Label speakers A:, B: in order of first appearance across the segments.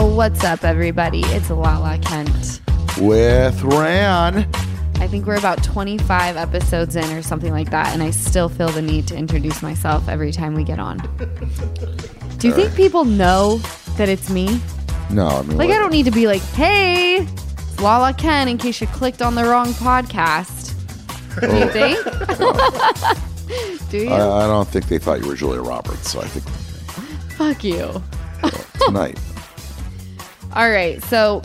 A: Oh, What's up, everybody? It's Lala Kent.
B: with Ran.
A: I think we're about 25 episodes in or something like that, and I still feel the need to introduce myself every time we get on. Do you think people know that it's me?
B: No, I mean,
A: Like,
B: what-
A: I don't need to be like, hey, it's Lala Ken in case you clicked on the wrong podcast. Do you think? Do you?
B: I, I don't think they thought you were Julia Roberts. So I think
A: Fuck you.
B: tonight.
A: All right, so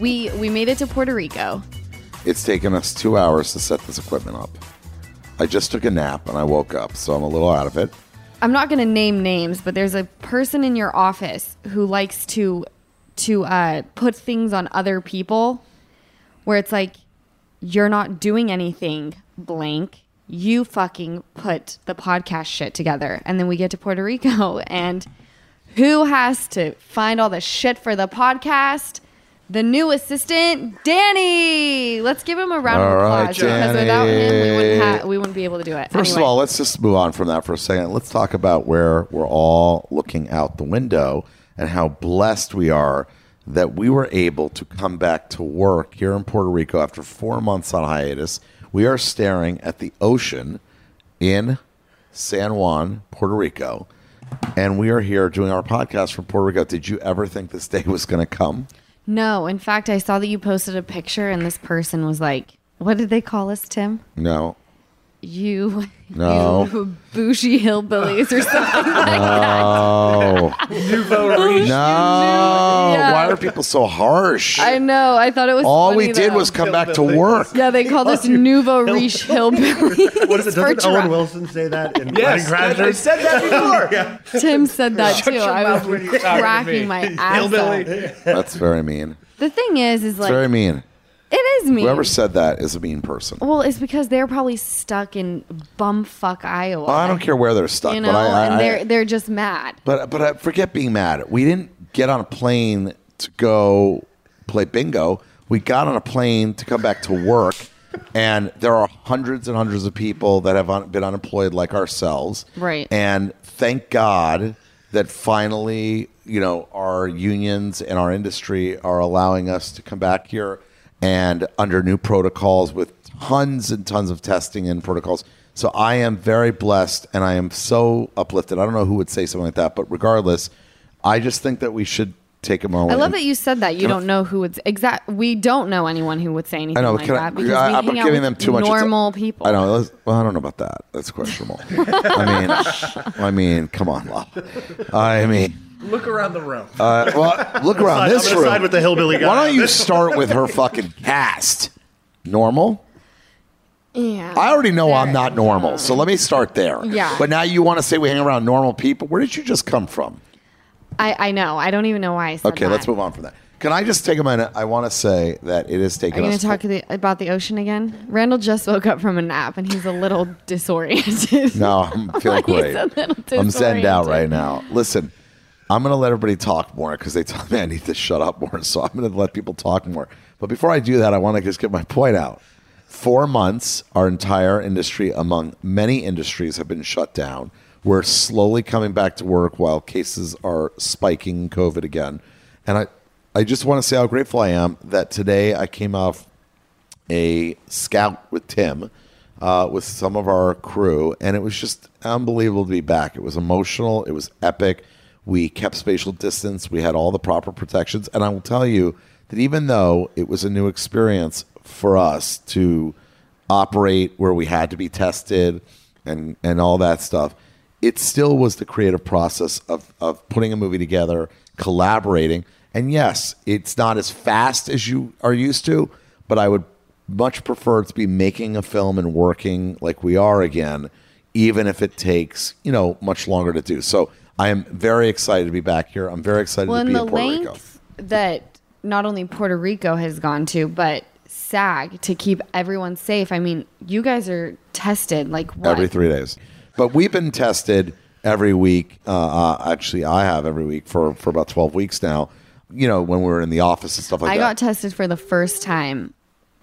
A: we we made it to Puerto Rico.
B: It's taken us two hours to set this equipment up. I just took a nap and I woke up, so I'm a little out of it.
A: I'm not going to name names, but there's a person in your office who likes to to uh, put things on other people, where it's like you're not doing anything, blank. You fucking put the podcast shit together, and then we get to Puerto Rico, and who has to find all the shit for the podcast? The new assistant, Danny. Let's give him a round
B: All
A: of
B: right,
A: applause because without him, we wouldn't
B: Danny.
A: ha- we wouldn't be able to do it.
B: First
A: Anyway.
B: of all, let's just move on from that for a second. Let's talk about where we're all looking out the window and how blessed we are that we were able to come back to work here in Puerto Rico after four months on hiatus. We are staring at the ocean in San Juan, Puerto Rico, and we are here doing our podcast from Puerto Rico. Did you ever think this day was going to come?
A: No, in fact, I saw that you posted a picture, and this person was like, "What did they call us, Tim?
B: No.
A: You,
B: No.
A: you bougie hillbillies or something like that."
B: Oh. no. Why are people so harsh?
A: I know. I thought it was.
B: All we
A: funny,
B: did
A: though.
B: was come back to work.
A: Yeah, they called us nouveau riche hillbillies.
C: What is it?
A: for
C: Doesn't Owen
A: giraffe.
C: Wilson say that in
D: Yes,
C: Wedding
D: I
C: Crashers?
D: said that before.
A: Tim said that too.
D: your
A: I
D: mouth
A: was
D: when you're talking to me.
A: cracking my ass. Up.
D: Hillbilly.
B: That's very mean.
A: The thing is, is like
B: Very mean.
A: it is me.
B: Whoever said that is a mean person.
A: well, it's because they're probably stuck in bumfuck Iowa.
B: I don't care where they're stuck,
A: You know,
B: but I, I-
A: and
B: I-
A: they're they're just mad.
B: but but I forget being mad. We didn't get on a plane to go play bingo. We got on a plane to come back to work, and there are hundreds and hundreds of people that have un- been unemployed like ourselves.
A: Right.
B: And thank God that finally, you know, our unions and our industry are allowing us to come back here and under new protocols with tons and tons of testing and protocols. So I am very blessed and I am so uplifted. I don't know who would say something like that, but regardless, I just think that we should take a moment.
A: I love
B: and-
A: that you said that. You don't know who would exact. We don't know anyone who would say anything
B: I know, but
A: like
B: can I,
A: that because
B: I,
A: we
B: I'm
A: hang out
B: giving
A: with
B: them too much atten-
A: normal people.
B: I know. let's- Well, I don't know about that. That's questionable. I mean, I mean, come on, love. I mean,
D: Look around the room.
B: uh, well, look around
C: I'm
B: this
C: gonna
B: room.
C: side with the hillbilly guy.
B: Why don't you start with her fucking cast? Normal.
A: Yeah,
B: I already know I'm not normal, so let me start there.
A: Yeah.
B: But now you want to say we hang around normal people? Where did you just come from?
A: I, I know. I don't even know why I said
B: Okay, let's move on from that. Can I just take a minute? I want to say that it is
A: Are
B: taking
A: you going
B: us.
A: to talk to the, about the ocean again? Randall just woke up from a nap and he's a little disoriented.
B: No, I'm feeling
A: He's
B: great.
A: a little
B: I'm zenned out
A: disoriented.
B: right now. Listen, I'm going to let everybody talk more because they tell me I need to shut up more. So I'm going to let people talk more. But before I do that, I want to just get my point out. Four months, our entire industry, among many industries, have been shut down. We're slowly coming back to work while cases are spiking in COVID again. And I, I just want to say how grateful I am that today I came off a scout with Tim, uh, with some of our crew, and it was just unbelievable to be back. It was emotional. It was epic. We kept spatial distance. We had all the proper protections, and I will tell you that even though it was a new experience for us to operate where we had to be tested and and all that stuff, it still was the creative process of of putting a movie together, collaborating. And yes, it's not as fast as you are used to, but I would much prefer to be making a film and working like we are again, even if it takes, you know, much longer to do. So I am very excited to be back here. I'm very excited
A: well,
B: to
A: and
B: be
A: the
B: in Puerto Rico.
A: length that not only Puerto Rico has gone to, but SAG to keep everyone safe. I mean, you guys are tested like what?
B: every three days. But we've been tested every week. Uh, uh, actually, I have every week for, for about 12 weeks now, you know, when we were in the office and stuff like
A: I
B: that.
A: got tested for the first time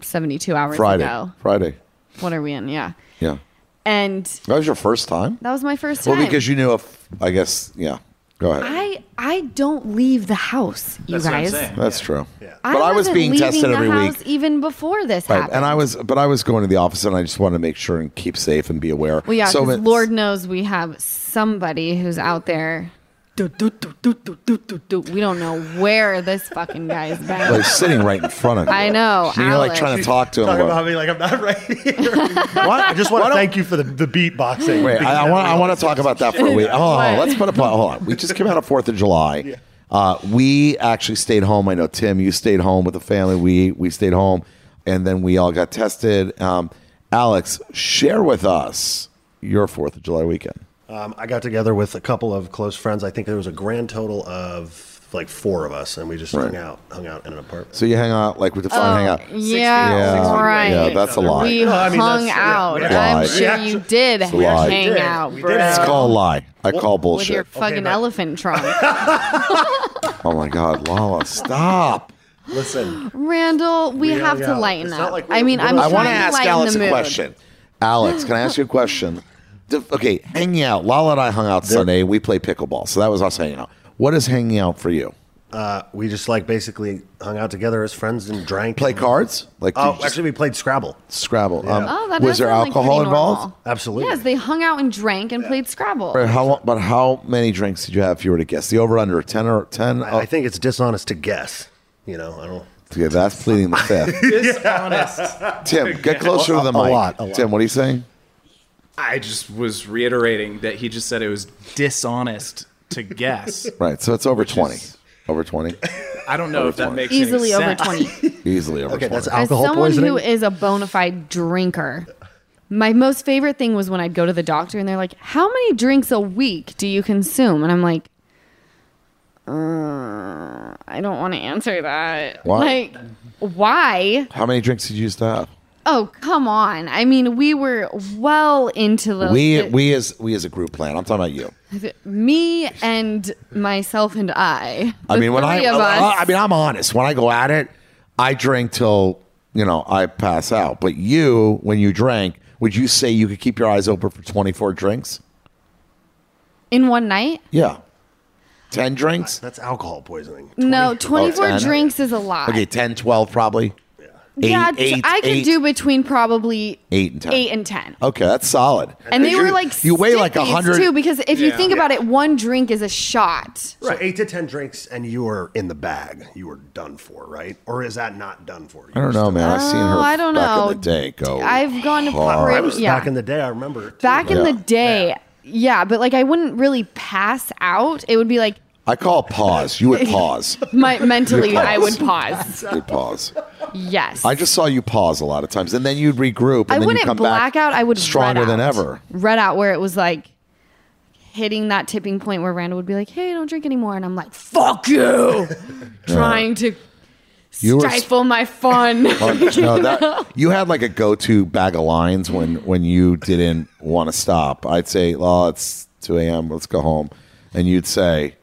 A: 72 hours
B: Friday.
A: ago.
B: Friday.
A: What are we in? Yeah.
B: Yeah.
A: And
B: That was your first time?
A: that was my first time.
B: Well, because you knew, if, I guess, yeah. Go ahead.
A: I I don't leave the house, you
D: That's what I'm
A: guys.
D: saying.
B: That's
D: Yeah.
B: true.
D: Yeah.
B: But I, was
A: wasn't
B: being
A: leaving
B: tested
A: the
B: every
A: house
B: week.
A: even before this
B: Right.
A: happened.
B: And I was, but I was going to the office, and I just wanted to make sure and keep safe and be aware.
A: well, yeah,
B: so
A: because
B: it's-
A: Lord knows we have somebody who's out there. Do, do, do, do, do, do, do, do. We don't know where this fucking guy's been.
B: like sitting right in front of you.
A: I know,
B: And you're like
A: Alex.
B: trying to talk to him.
C: Talking
B: like,
C: about me like I'm not right here.
B: what?
C: I just want to thank you for the, the beatboxing.
B: Wait,
C: because
B: I, I
C: that
B: want I
C: really-
B: want to talk about that for a week. Oh,
A: What?
B: let's put a point. Hold on. We just came out of Fourth of July. Uh, we actually stayed home. I know Tim, you stayed home with the family. We we stayed home, and then we all got tested. Um, Alex, share with us your Fourth of July weekend.
C: Um, I got together with a couple of close friends. I think there was a grand total of like four of us, and we just
B: Right.
C: hung out, hung out in an apartment.
B: So you hang out like with the fun hang out.
A: Oh, Yeah,
B: Yeah.
A: all right.
B: Yeah, that's a lie.
A: We
C: No, I mean,
A: hung
C: that's- yeah,
A: out.
C: we
B: lied.
A: I'm
B: We
A: sure
C: actu-
A: you did
B: a lie.
A: hang
C: We did.
A: out,
C: We did.
A: bro.
B: It's called a lie. I call
A: with your
B: bullshit.
A: fucking
C: but-
A: elephant trunk.
B: Oh my God, Lala, stop.
C: Listen,
A: Randall, we,
C: We
A: have
C: hung
A: to
C: out.
A: lighten
C: It's not
A: up.
C: like we
A: I
C: were
A: mean, I'm
C: broke.
B: I
A: trying
B: want
A: to
B: to ask
A: lighten
B: Alex
A: the
B: a
A: mood.
B: question. Alex, can I ask you a question? The- okay, hanging out. Lala and I hung out Sunday. We play pickleball, so that was us hanging out. What is hanging out for you?
C: uh, we just like basically hung out together as friends and drank.
B: Play
C: and-
B: cards? Like
C: Oh,
B: you just
C: actually, we played Scrabble.
B: Scrabble. Um,
A: Oh, that
B: was
A: does
B: there
A: sound, like,
B: alcohol
A: pretty normal.
B: involved?
C: Absolutely.
A: Yes, they hung out and drank and played Scrabble.
B: Or How lo- but how many drinks did you have if you were to guess? The over under ten or ten? Oh,
C: I, I think it's dishonest to guess. You know, I don't.
B: okay, that's pleading the fifth.
D: Dishonest.
B: Tim, get closer to the
C: A- a
B: mic.
C: lot, a lot.
B: Tim, what are you saying?
D: I just was reiterating that he just said it was dishonest to guess.
B: Right, so it's over twenty.
D: is-
B: Over twenty,
D: I don't know if that makes
A: Easily
D: any
A: over
D: sense.
A: 20.
B: easily over
C: Okay,
B: twenty.
C: that's
A: As
C: alcohol
A: someone
C: poisoning.
A: who is a bona fide drinker, my most favorite thing was when I'd go to the doctor and they're like, How many drinks a week do you consume? And I'm like, uh, I don't want to answer that.
B: Why?
A: Like, why?
B: how many drinks did you used to have?
A: Oh, come on. I mean, we were well into the.
B: we
A: the-
B: we as we as a group plan. I'm talking about you.
A: me and myself and I.
B: I
A: the
B: mean, when I,
A: three of us.
B: I, I mean, I'm honest. When I go at it, I drink till you know I pass out. But you, when you drank, would you say you could keep your eyes open for 24 drinks?
A: in one night?
B: Yeah, 10 drinks.
C: That's alcohol poisoning.
A: No, 24
B: 10.
A: drinks is a lot.
B: Okay, 10, 12 probably. Eight,
A: yeah, t-
B: eight,
A: I can
B: eight,
A: do between probably
B: Eight and 10.
A: eight and ten.
B: Okay, that's solid.
A: And they were
B: You-
A: like
B: you weigh like
A: stiffies,
B: 100
A: too, because if you
D: Yeah.
A: think about it, one drink is a shot.
C: So eight to ten drinks, and you were in the bag. You were done for, right? Or is that not done for? You
B: I don't know, man. I've seen her
A: Oh, I don't
B: back
A: know.
B: in the day go.
A: I've gone to
C: I
A: pretty,
C: was
A: yeah.
C: back in the day. I remember. too.
A: back in
B: Yeah.
A: the day, yeah. but like I wouldn't really pass out. It would be like
B: I call pause. You would pause.
A: my mentally, I
B: pause.
A: would pause.
B: You'd pause.
A: Yes,
B: I just saw you pause a lot of times, and then you'd regroup. And
A: I
B: then
A: wouldn't
B: you come
A: black
B: back
A: out. I would
B: stronger
A: red
B: than
A: out.
B: ever.
A: Red out where it was like hitting that tipping point where Randall would be like, "Hey, don't drink anymore," and I'm like, "Fuck you," trying to
B: You were Oh,
A: stifle my fun.
B: sponge. No, that you had like a go-to bag of lines when when you didn't want to stop. I'd say, "Oh, it's two a.m. Let's go home," and you'd say,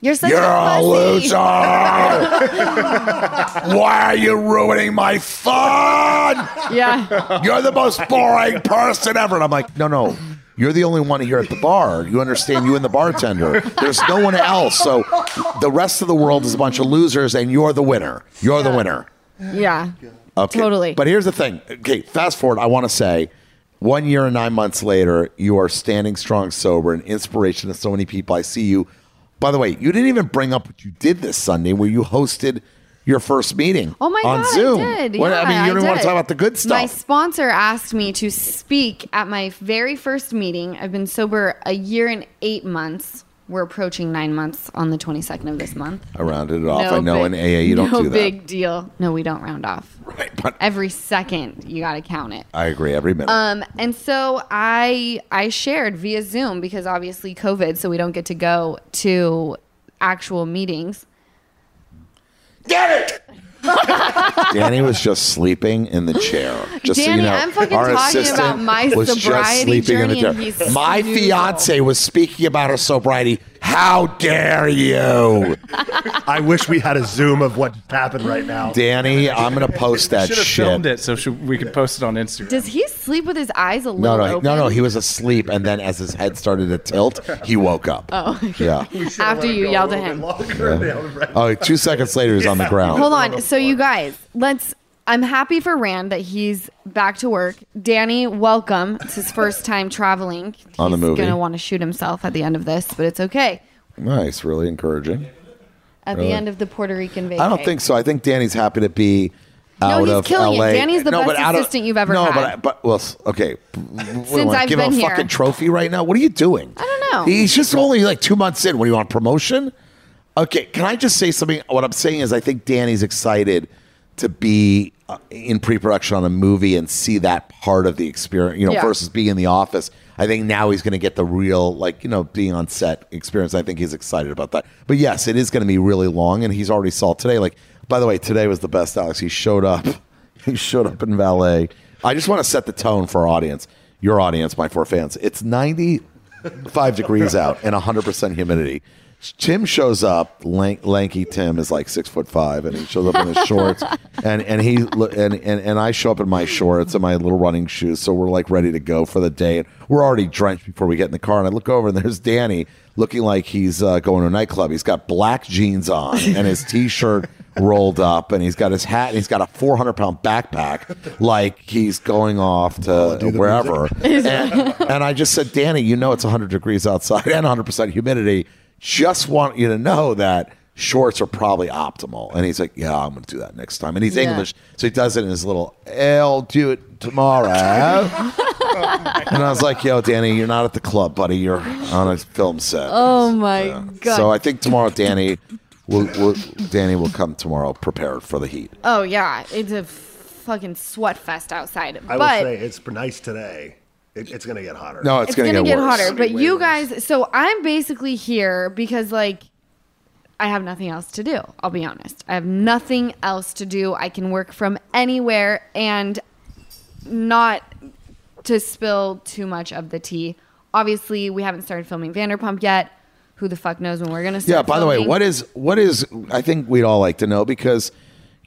A: You're such
B: "You're
A: a
B: a
A: pussy.
B: loser. Why are you ruining my fun?
A: Yeah,
B: You're the most boring person ever." And I'm like, "No, no." You're the only one here at the bar. You understand? You and the bartender. There's no one else. So the rest of the world is a bunch of losers, and you're the winner. You're the winner.
A: yeah,
B: Okay.
A: totally.
B: But here's the thing. Okay, fast forward. I want to say, one year and nine months later, you are standing strong, sober, an inspiration to so many people. I see you. By the way, you didn't even bring up what you did this Sunday, where you hosted your first meeting.
A: Oh my
B: on
A: god,
B: Zoom.
A: I did.
B: What- I
A: Yeah,
B: mean, you don't even want
A: did.
B: to talk about the good stuff.
A: My sponsor asked me to speak at my very first meeting. I've been sober a year and eight months. We're approaching nine months on the 22nd of this month.
B: I rounded it off.
A: No
B: I know
A: big-
B: in AA you don't
A: no
B: do that.
A: big deal. No, we don't round off.
B: Right, but
A: Every second, you got to count it.
B: I agree every minute.
A: Um, and so I I shared via Zoom because obviously COVID, so we don't get to go to actual meetings.
B: Danny was just sleeping in the chair. Just so
A: Danny,
B: you know,
A: I'm fucking
B: our
A: talking
B: assistant
A: about my
B: was just
A: sobriety
B: sleeping in the
A: journey
B: chair.
A: and he's
B: my
A: snoozing.
B: fiance was speaking about her sobriety. How dare you,
C: I wish we had a zoom of what happened right now.
B: Danny? I'm gonna post that
D: Should have
B: shit.
D: filmed it so should- we could post it on Instagram.
A: Does he sleep with his eyes a
B: No,
A: little
B: no,
A: open?
B: no, no. He was asleep, and then as his head started to tilt, he woke up. Oh, yeah.
A: After you yelled at him.
B: Oh, wait, two seconds later, he's on the ground.
A: Hold on. So you guys, let's. I'm happy for Rand that he's back to work. Danny, welcome. It's his first time traveling.
B: On the
A: he's
B: movie.
A: gonna want to shoot himself at the end of this, but it's okay.
B: Nice, really encouraging.
A: At the end of the Puerto Rican vacation.
B: I don't think so. I think Danny's happy to be out
A: he's
B: of
A: killing it.
B: LA.
A: Danny's the best
B: but out of-
A: assistant you've ever
B: no,
A: had.
B: but I- but well, s- okay. Since
A: I've
B: give
A: been
B: him a
A: here.
B: fucking trophy right now. What are you doing? I
A: don't know.
B: He's just only like two months in. What do you want promotion? Okay, can I just say something? What I'm saying is, I think Danny's excited to be uh, in pre-production on a movie and see that part of the experience. You know,
A: Yeah.
B: versus being in the office. I think now he's going to get the real, like you know, being on set experience. I think he's excited about that. But yes, it is going to be really long, and he's already saw today. Like, by the way, today was the best, Alex. He showed up. He showed up in valet. I just want to set the tone for our audience, your audience, my four fans. It's ninety-five degrees out and hundred percent humidity. Tim shows up. Lank, lanky Tim is like six foot five, and he shows up in his shorts, and and he lo- and, and and I show up in my shorts and my little running shoes. So we're like ready to go for the day, and we're already drenched before we get in the car. And I look over, and there's Danny looking like he's uh, going to a nightclub. He's got black jeans on and his t-shirt rolled up, and he's got his hat, and he's got a 400 pound backpack, like he's going off to wherever. and, and I just said, Danny, you know it's 100 degrees outside and 100 percent humidity just want you to know that shorts are probably optimal. And he's like, yeah, I'm going to do that next time. And he's
A: Yeah.
B: English, so he does it in his little, I'll do it tomorrow. and I was like, yo, Danny, you're not at the club, buddy. You're on a film set.
A: Oh my god.
B: so I think tomorrow, Danny. will will Danny will come tomorrow prepared for the heat.
A: oh yeah, it's a fucking sweat fest outside.
C: I
A: but
C: will say it's nice today. It, it's going to get hotter.
B: No, it's,
A: it's, gonna, get,
B: worse.
A: hotter. But
D: Way
A: you
D: worse.
A: guys, so I'm basically here because like I have nothing else to do. I'll be honest. I have nothing else to do. I can work from anywhere and not to spill too much of the tea. Obviously, we haven't started filming Vanderpump yet. Who the fuck knows when we're gonna
B: Yeah.
A: start?
B: By the way,
A: filming.
B: what is what is? I think we'd all like to know because,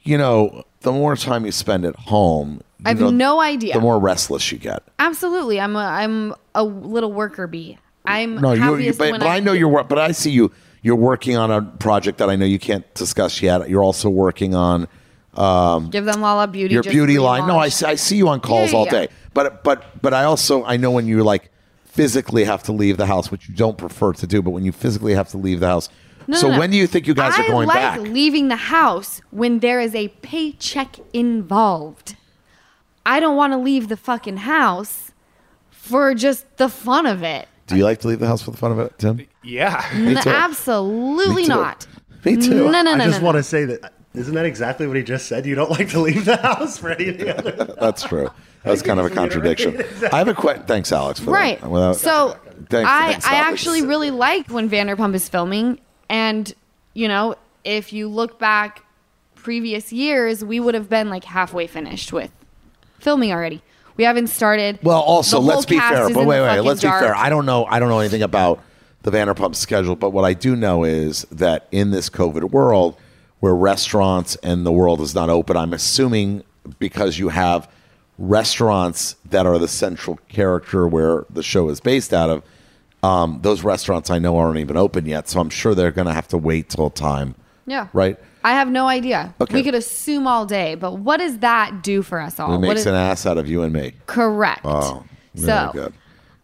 B: you know, the more time you spend at home, you
A: I have
B: know,
A: no idea.
B: The more restless you get.
A: Absolutely, I'm a I'm a little worker bee. I'm
B: No, you. you
A: happiest
B: but,
A: when
B: but I, know you're. wor- But I see you. You're working on a project that I know you can't discuss yet. You're also working on
A: give them Lala Beauty.
B: your
A: just
B: beauty line. No, I
A: relaunched.
B: see, I see you on calls
A: Yeah,
B: all
A: yeah.
B: day. But but but I also I know when you like physically have to leave the house, which you don't prefer to do. But when you physically have to leave the house,
A: No,
B: so
A: no, no.
B: when do you think you guys
A: I
B: are going
A: like
B: back?
A: leaving the house when there is a paycheck involved. I don't want to leave the fucking house for just the fun of it.
B: do you like to leave the house for the fun of it, Tim?
D: Yeah.
B: too.
A: Absolutely
B: Me too.
A: not.
B: Me too.
A: No, no, no,
C: I
A: no.
C: just
A: no.
C: want to say that isn't that exactly what he just said? You don't like to leave the house for anything other.
B: That's true. That's kind of a contradiction. I have a question. Thanks, Alex. For
A: right.
B: That. Without-
A: so
B: Thanks-
A: I,
B: thanks,
A: I
B: Alex.
A: actually really like when Vanderpump is filming, and you know, if you look back previous years, we would have been like halfway finished with filming already. We haven't started.
B: Well, also
A: The whole
B: let's be
A: cast
B: fair.
A: is
B: But
A: in
B: wait,
A: the
B: wait,
A: fucking
B: let's be fair.
A: dark.
B: I don't know. I don't know anything about the Vanderpump schedule, but what I do know is that in this COVID world, where restaurants and the world is not open, I'm assuming because you have restaurants that are the central character where the show is based out of. Um, those restaurants I know aren't even open yet, so I'm sure they're going to have to wait till time.
A: Yeah.
B: Right.
A: I have no idea.
B: Okay.
A: We could assume all day, but what does that do for us all?
B: It
A: What
B: makes
A: is-
B: an ass out of you and me.
A: correct.
B: Oh,
A: so
B: very good.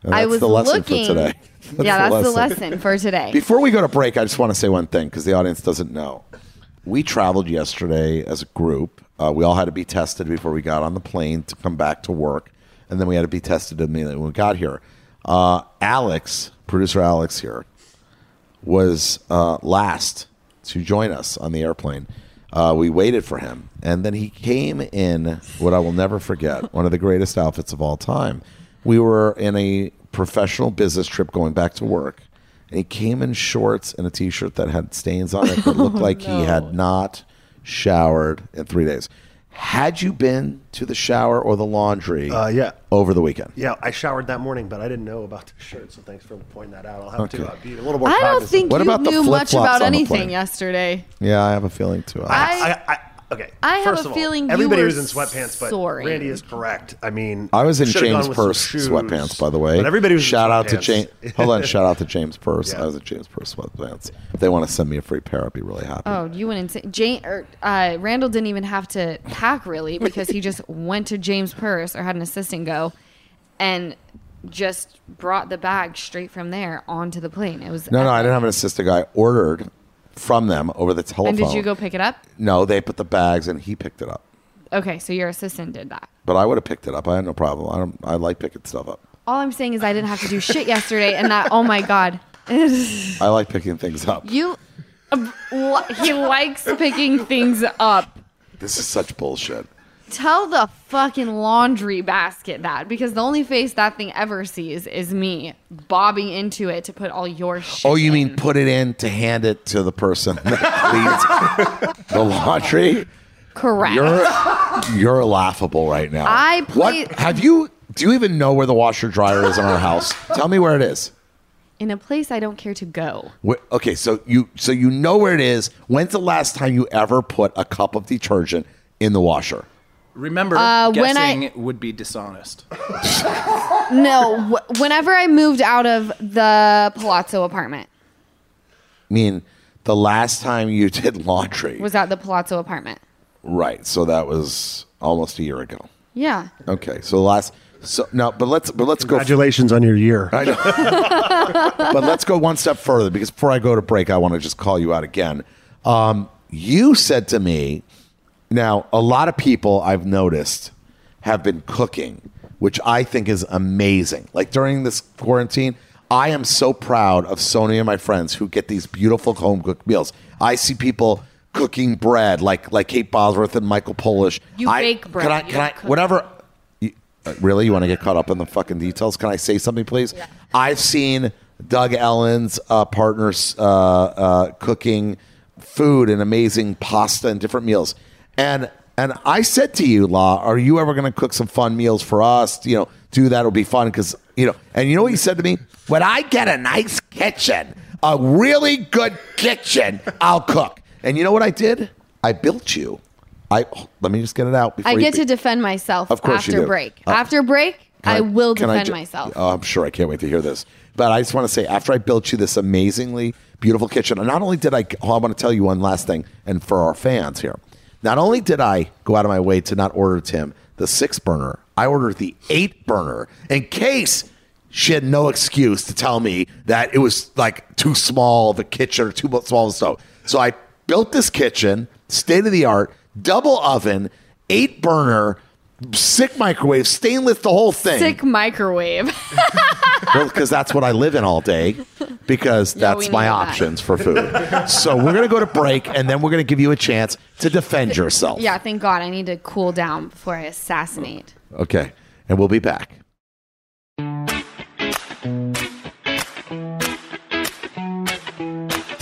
B: And
A: I
B: that's
A: was
B: the lesson
A: looking.
B: for today.
A: yeah, that's the lesson for today.
B: Before we go to break, I just want to say one thing because the audience doesn't know. We traveled yesterday as a group. Uh, we all had to be tested before we got on the plane to come back to work, and then we had to be tested immediately when we got here. Uh, Alex, producer Alex here, was uh, last to join us on the airplane. Uh, we waited for him, and then he came in what I will never forget one of the greatest outfits of all time. We were in a professional business trip going back to work, and he came in shorts and a t shirt that had stains on it that looked like he had not showered in three days. Had you been to the shower or the laundry
C: Uh, yeah.
B: over the weekend?
C: Yeah, I showered that morning, but I didn't know about the shirt. So thanks for pointing that out. I'll have
B: Okay.
C: to uh, be a little more.
A: I don't
C: cognizant.
A: think
B: What
A: you
B: about the
A: knew much
B: flip-flops
A: about
B: on the
A: anything
B: plane?
A: yesterday.
B: Yeah, I have a feeling too.
A: I,
C: I, I Okay.
A: I have
C: first
A: a
C: of all,
A: feeling you
C: everybody
A: were
C: was in sweatpants, but
A: soaring.
C: Randy is correct. I mean,
B: I was in
C: should've gone
B: James
C: with some
B: Purse
C: shoes,
B: sweatpants, by the way.
C: But everybody was in
B: shout out to
C: sweatpants.
B: James. Hold on, shout out to James Purse.
C: Yeah.
B: I was in James Purse sweatpants. If they want to send me a free pair, I'd be really happy.
A: Oh, you went insane. Jane or uh, Randall didn't even have to pack really because he just went to James Purse or had an assistant go, and just brought the bag straight from there onto the plane. It was uh,
B: No, no, I didn't have an assistant. I ordered from them over the telephone.
A: And did you go pick it up?
B: No, they put the bags and he picked it up.
A: Okay, so your assistant did that.
B: But I would have picked it up. I had no problem. I don't. I like picking stuff up.
A: All I'm saying is I didn't have to do shit yesterday, and that. Oh my god, you
B: I like picking things up.
A: li- he likes picking things up.
B: This is such bullshit.
A: Tell the fucking laundry basket that because the only face that thing ever sees is me bobbing into it to put all your shit.
B: Oh, you mean
A: in.
B: put it in to hand it to the person that cleans the laundry?
A: correct?
B: You're you're laughable right now.
A: I play-
B: what have you? Do you even know where the washer dryer is in our house? Tell me where it is.
A: in a place I don't care to go.
B: Wh- okay, so you so you know where it is. When's the last time you ever put a cup of detergent in the washer?
D: Remember,
A: Uh, when I-
D: guessing would be dishonest.
A: No, wh- whenever I moved out of the Palazzo apartment,
B: I mean, the last time you did laundry,
A: was at the Palazzo apartment.
B: right? So that was almost a year ago.
A: Yeah.
B: Okay, so the last so no, but let's but let's go.
C: Congratulations on your year.
B: I know. but let's go one step further because before I go to break, I want to just call you out again. Um, you said to me, now, a lot of people I've noticed have been cooking, which I think is amazing. Like during this quarantine, I am so proud of Sony and my friends who get these beautiful home cooked meals. I see people cooking bread like like Kate Bosworth and Michael Polish.
A: You
B: I,
A: bake bread,
B: Can I,
A: you
B: can I,
A: don't cook
B: whatever. You, uh, really? You want to get caught up in the fucking details? Can I say something, please? I've seen Doug Ellen's uh, partners uh, uh, cooking food and amazing pasta and different meals. And and I said to you, La, are you ever going to cook some fun meals for us? You know, do that. It'll be fun because, you know, and you know what he said to me? When I get a nice kitchen, a really good kitchen, I'll cook. And you know what I did? I built you. I let me just get it out. Before
A: I
B: you
A: get
B: be-
A: to defend myself
B: Of course
A: after
B: you do.
A: break.
B: Uh,
A: after break,
B: can
A: I, will
B: can
A: defend
B: ju-
A: myself.
B: Oh, I'm sure. I can't wait to hear this. But I just want to say, after I built you this amazingly beautiful kitchen, and not only did I, oh, I want to tell you one last thing, and for our fans here, not only did I go out of my way to not order Tim the six burner, I ordered the eight burner in case she had no excuse to tell me that it was like too small of a kitchen or too mu- small of a stove. So I built this kitchen, state of the art, double oven, eight burner. Sick microwave, stainless, the whole thing
A: Sick microwave.
B: well, because that's what I live in all day, because
A: we
B: that's
A: know
B: my
A: that.
B: options for food. So we're gonna go to break, and then we're gonna give you a chance to defend yourself.
A: yeah, thank God. I need to cool down before I assassinate.
B: Okay, and we'll be back.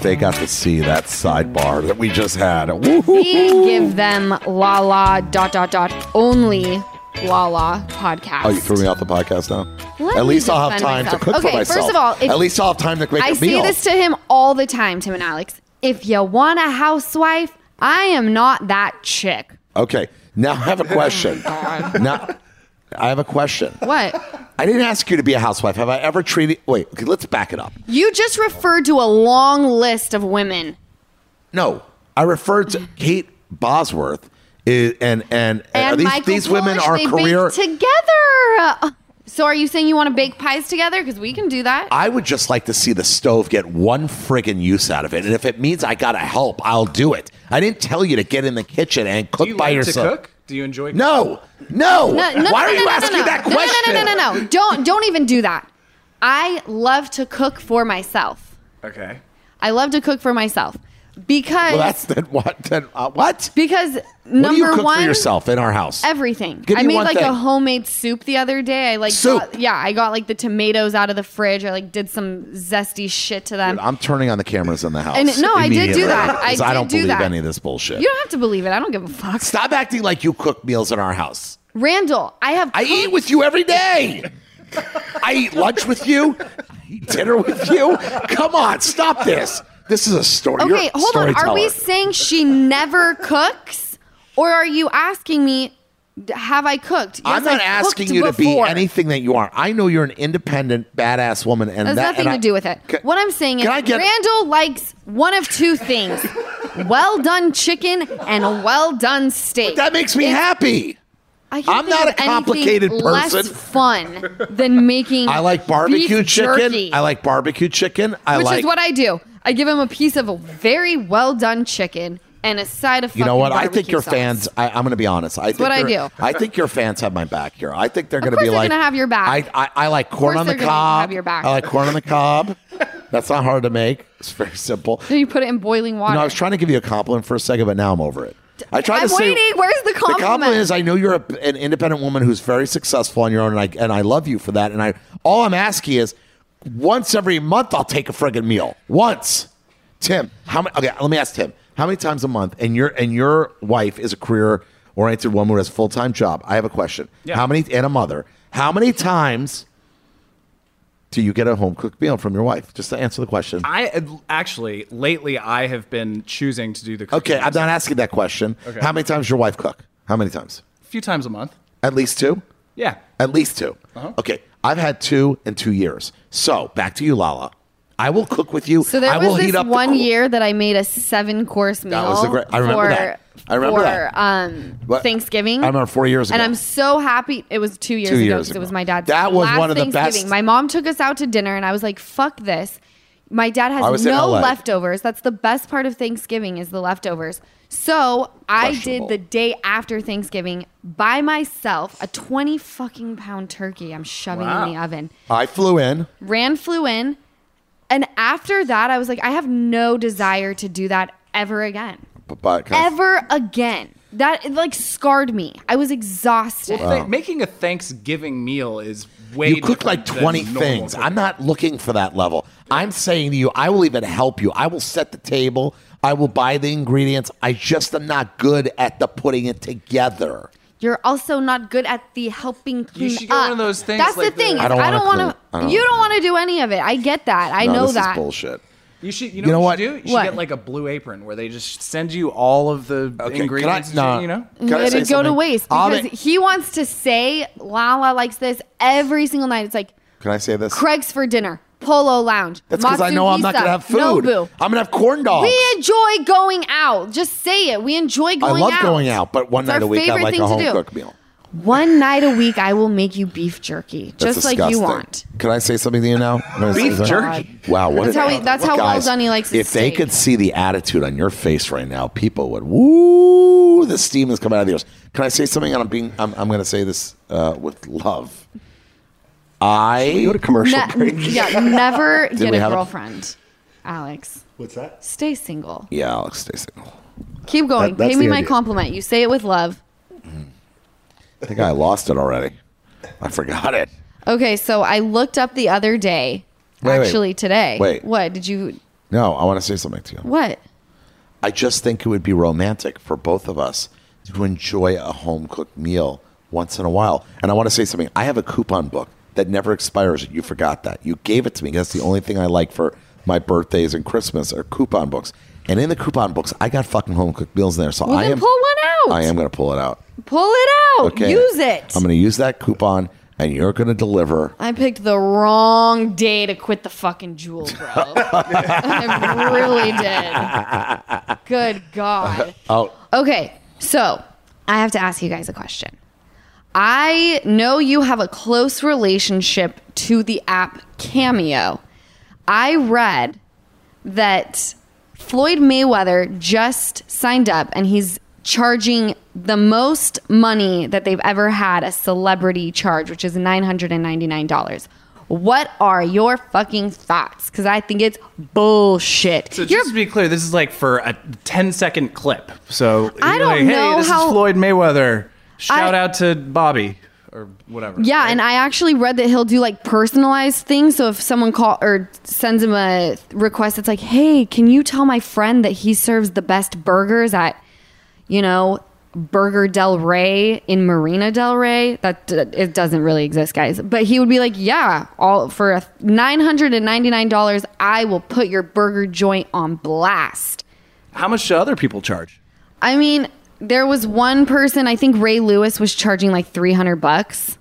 B: They got to see that sidebar that we just had. Woohoo!
A: We give them la la dot dot dot only la la podcast.
B: Oh, you threw me off the podcast now.
A: Let
B: At
A: me
B: least I'll have time
A: defend
B: to cook
A: myself.
B: for
A: Okay, first
B: myself.
A: of all, if-
B: at least I'll have time to make
A: I
B: a
A: say
B: meal.
A: this to him all the time, Tim and Alex. If you want a housewife, I am not that chick.
B: okay, now I have a question. now, I have a question.
A: Oh What?
B: I didn't ask you to be a housewife. Have I ever treated? Wait, okay, let's back it up.
A: You just referred to a long list of women.
B: No, I referred to Kate Bosworth. i- and and,
A: And
B: are these
A: Michael
B: these women
A: Polish,
B: are
A: they
B: career.
A: bake together. So are you saying you want to bake pies together? Because we can do that.
B: I would just like to see the stove get one friggin' use out of it, and if it means I gotta help, I'll do it. I didn't tell you to get in the kitchen and cook
D: Do you
B: by
D: like
B: yourself.
D: to cook? Do you enjoy?
B: No, no.
A: No, no,
B: Why
A: no,
B: are
A: no,
B: you
A: no, no,
B: asking
A: no.
B: that
A: No,
B: question?
A: No, no, no, no, no, no. Don't don't even do that. I love to cook for myself.
D: Okay.
A: I love to cook for myself because
B: Well, that's then what? Then uh, what?
A: because
B: What do you
A: number
B: cook
A: one
B: for yourself in our house?
A: everything.
B: Give
A: I
B: me
A: made
B: one
A: like a
B: thing.
A: homemade soup the other day. I like
B: Soup.
A: got- yeah, I got like the tomatoes out of the fridge. I like did some zesty shit to them.
B: Dude, I'm turning on the cameras in the house.
A: And- no, I did do
B: immediately,
A: that. I
B: 'cause
A: did
B: don't
A: do
B: believe
A: that.
B: any of this bullshit.
A: you don't have to believe it. I don't give a fuck.
B: Stop acting like you cook meals in our house.
A: Randall, I have
B: I eat with you every day. I eat lunch with you. I eat dinner with you. Come on, stop this. This is a story.
A: Okay,
B: You're a
A: hold on. Are we
B: storyteller.
A: saying she never cooks? Or are you asking me, d- have I cooked? Yes,
B: I'm not
A: I've
B: asking
A: cooked
B: you to
A: before.
B: be anything that you are. I know you're an independent, badass woman, and
A: Has
B: that,
A: nothing
B: and
A: to
B: I-
A: do with it.
B: Ca-
A: what I'm saying is
B: can I get-
A: Randall likes one of two things. well done chicken and a well done steak.
B: that makes me happy.
A: I
B: I'm not a
A: anything
B: complicated
A: Less
B: person.
A: fun than making.
B: I like barbecue
A: beef
B: chicken.
A: jerky,
B: I like barbecue chicken. I
A: which
B: like.
A: is what I do. I give him a piece of a very well done chicken and a side of.
B: you know
A: fucking
B: what? I think
A: barbecue
B: your
A: sauce.
B: fans. I, I'm going to be honest. I think
A: what I
B: they're-
A: do.
B: I think your fans have my back here. I think they're going to
A: course
B: be
A: they're
B: like.
A: gonna have your back.
B: I, I, I like
A: course
B: corn on the
A: they're gonna
B: cob.
A: have your back.
B: I like corn on the cob. That's not hard to make. It's very simple.
A: So you put it in boiling water.
B: No, I was trying to give you a compliment for a second, but now I'm over it. I tried
A: I'm
B: to say.
A: waiting. Where's the compliment?
B: The compliment is I know you're a, an independent woman who's very successful on your own, and I and I love you for that. And I all I'm asking is once every month I'll take a friggin' meal once. Tim, how many? Okay, let me ask Tim. How many times a month? And your and your wife is a career oriented woman who has a full time job. I have a question.
D: Yeah.
B: How many and a mother? How many times do you get a home cooked meal from your wife? Just to answer the question.
D: I actually lately I have been choosing to do the cooking
B: Okay, I'm not asking that question.
D: Okay.
B: How many times your wife cook? How many times?
D: a few times a month.
B: At least two.
D: Yeah.
B: At least 2
D: Uh-huh.
B: Okay, I've had two in two years. So back to you, Lala. I will cook with you.
A: So there
B: I will
A: was this
B: heat up the
A: one
B: cool-
A: year that I made a seven course meal.
B: was a great- I remember
A: for,
B: that. I remember
A: for,
B: that.
A: Um,
B: What-
A: Thanksgiving.
B: I remember four years
A: And
B: ago.
A: I'm so happy. It was two years
B: Two
A: ago
B: years
A: because
B: ago.
A: it was my dad's.
B: That was
A: last
B: one of the
A: Thanksgiving.
B: best-
A: My mom took us out to dinner, and I was like, "Fuck this." My dad
B: I
A: has
B: was in
A: no
B: LA.
A: leftovers. That's the best part of Thanksgiving is the leftovers. So I did
B: Questionable.
A: the day after Thanksgiving by myself a twenty fucking pound turkey. I'm shoving
D: Wow.
A: in the oven
B: I flew in.
A: ran flew in and after that i was like i have no desire to do that ever again
B: But, but
A: ever again that it like scarred me i was exhausted
D: Th- making a Thanksgiving meal is way
B: you cook like
D: different than
B: 20
D: normal
B: things.
D: cooking.
B: I'm not looking for that level. I'm saying to you, I will even help you. I will set the table. I will buy the ingredients. I just am not good at the putting it together.
A: you're also not good at the helping clean
D: should get one
A: up.
D: of those things
A: that's
D: like
A: the thing
D: the-
A: is
B: I don't
A: i don't
B: wanna
A: want
B: clean. I don't
A: to you don't
B: wanna
A: want to do any of it i get that i
B: no,
A: know
B: this
A: that
B: is bullshit.
D: You should, you know,
B: know
D: what?
B: what?
D: You, should do? you
A: What?
D: should get like a blue apron where they just send you all of the
B: Okay, can I,
D: ingredients. and
B: no,
D: shit, you know,
B: can I
A: Let
B: say
A: it go to
B: something?
A: waste
B: I'll
A: because
B: be-
A: he wants to say Lala likes this every single night. It's like
B: Can I say this?
A: Craig's for dinner, Polo Lounge.
B: That's because I know I'm not going to have food.
A: Nobu.
B: I'm going to have corn dogs.
A: We enjoy going out. Just say it. We enjoy going out.
B: I love going out, but one
A: It's our
B: night a week I
A: favorite
B: like
A: thing
B: a
A: to
B: home
A: do.
B: cooked meal.
A: One night a week, I will make you beef jerky,
B: That's
A: just like you
B: disgusting.
A: want.
B: Can I say something to you now? Can I say
D: Beef
B: something?
D: jerky.
B: Wow, what
A: That's
B: an
A: how he-
B: animal.
A: that's how well
B: Guys,
A: done he likes his
B: If they
A: steak.
B: could see the attitude on your face right now, people would woo. The steam is coming out of the ears. Can I say something? And I'm being. I'm, I'm going to say this uh, with love. I
C: Go to commercial
A: Ne-
C: break.
A: yeah, never get
B: we
A: a
B: have it?
A: girlfriend, Alex.
C: What's that?
A: Stay single.
B: yeah, Alex, stay single.
A: Keep going.
C: That- that's
A: Pay me
C: the
A: my
C: idea.
A: compliment. You say it with love.
B: I think I lost it already. I forgot it.
A: Okay, so I looked up the other day,
B: Wait, wait.
A: actually today.
B: Wait.
A: What did you?
B: No, I want to say something to you.
A: What?
B: I just think it would be romantic for both of us to enjoy a home cooked meal once in a while. And I want to say something. I have a coupon book that never expires. You forgot that. You gave it to me. That's the only thing I like for my birthdays and Christmas are coupon books. And in the coupon books, I got fucking home cooked meals in there. So
A: Well,
B: I
A: then
B: am
A: pull one out.
B: I am going to pull it out.
A: Pull it out.
B: Okay.
A: Use it.
B: I'm going to use that coupon, and you're going to deliver.
A: I picked the wrong day to quit the fucking jewel, bro. I really did. Good God.
B: Oh,
A: Okay, so I have to ask you guys a question. I know you have a close relationship to the app Cameo. I read that Floyd Mayweather just signed up and he's charging the most money that they've ever had a celebrity charge, which is $999. What are your fucking thoughts? Because I think it's bullshit.
D: So
A: You're
D: just to be clear, this is like for a 10 second clip. So
A: I
D: you're
A: don't
D: like, hey,
A: know
D: this
A: how-
D: is Floyd Mayweather. Shout
A: I-
D: out to Bobby or whatever.
A: Yeah, and I actually read that he'll do like personalized things. So if someone call or sends him a request, it's like, "Hey, can you tell my friend that he serves the best burgers at, you know, Burger Del Rey in Marina Del Rey?" That it doesn't really exist, guys. But he would be like, "Yeah, all for a nine hundred and ninety nine dollars, I will put your burger joint on blast."
D: How much do other people charge?
A: I mean, there was one person, I think Ray Lewis was charging like 300 bucks.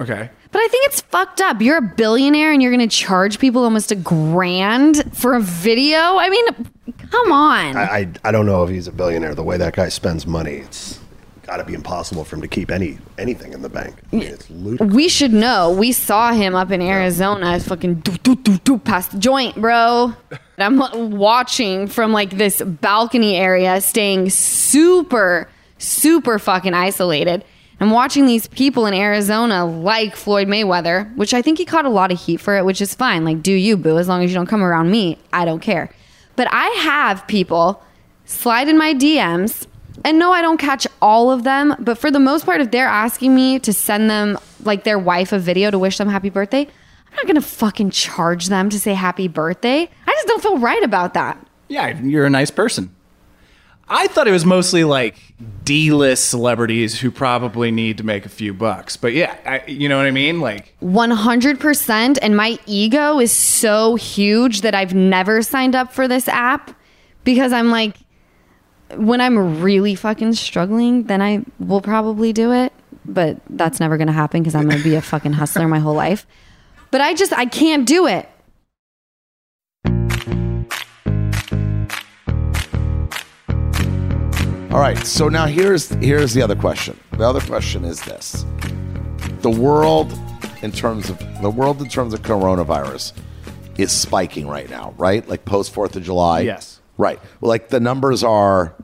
D: Okay.
A: But I think it's fucked up. You're a billionaire and you're going to charge people almost a grand for a video? I mean, come on.
C: I, I I don't know if he's a billionaire. The way that guy spends money, it's got to be impossible for him to keep any anything in the bank. I mean, it's ludicrous.
A: we should know. We saw him up in Arizona, fucking do do do do past the joint, bro. And I'm watching from like this balcony area, staying super, super fucking isolated. I'm watching these people in Arizona, like Floyd Mayweather, which I think he caught a lot of heat for it, which is fine. Like, do you, boo? As long as you don't come around me, I don't care. But I have people slide in my DMs. And no, I don't catch all of them, but for the most part, if they're asking me to send them, like their wife, a video to wish them happy birthday, I'm not gonna fucking charge them to say happy birthday. I just don't feel right about that.
D: Yeah, you're a nice person. I thought it was mostly like D-list celebrities who probably need to make a few bucks. But yeah, I, you know what I mean? Like
A: 100%. And my ego is so huge that I've never signed up for this app because I'm like, when I'm really fucking struggling, then I will probably do it. But that's never gonna happen because I'm gonna be a fucking hustler my whole life. But I just, I can't do it.
B: All right. So now here's here's the other question. The other question is this: the world, in terms of the world in terms of coronavirus, is spiking right now, right? Like post Fourth of July.
D: Yes.
B: Right. Well, like the numbers are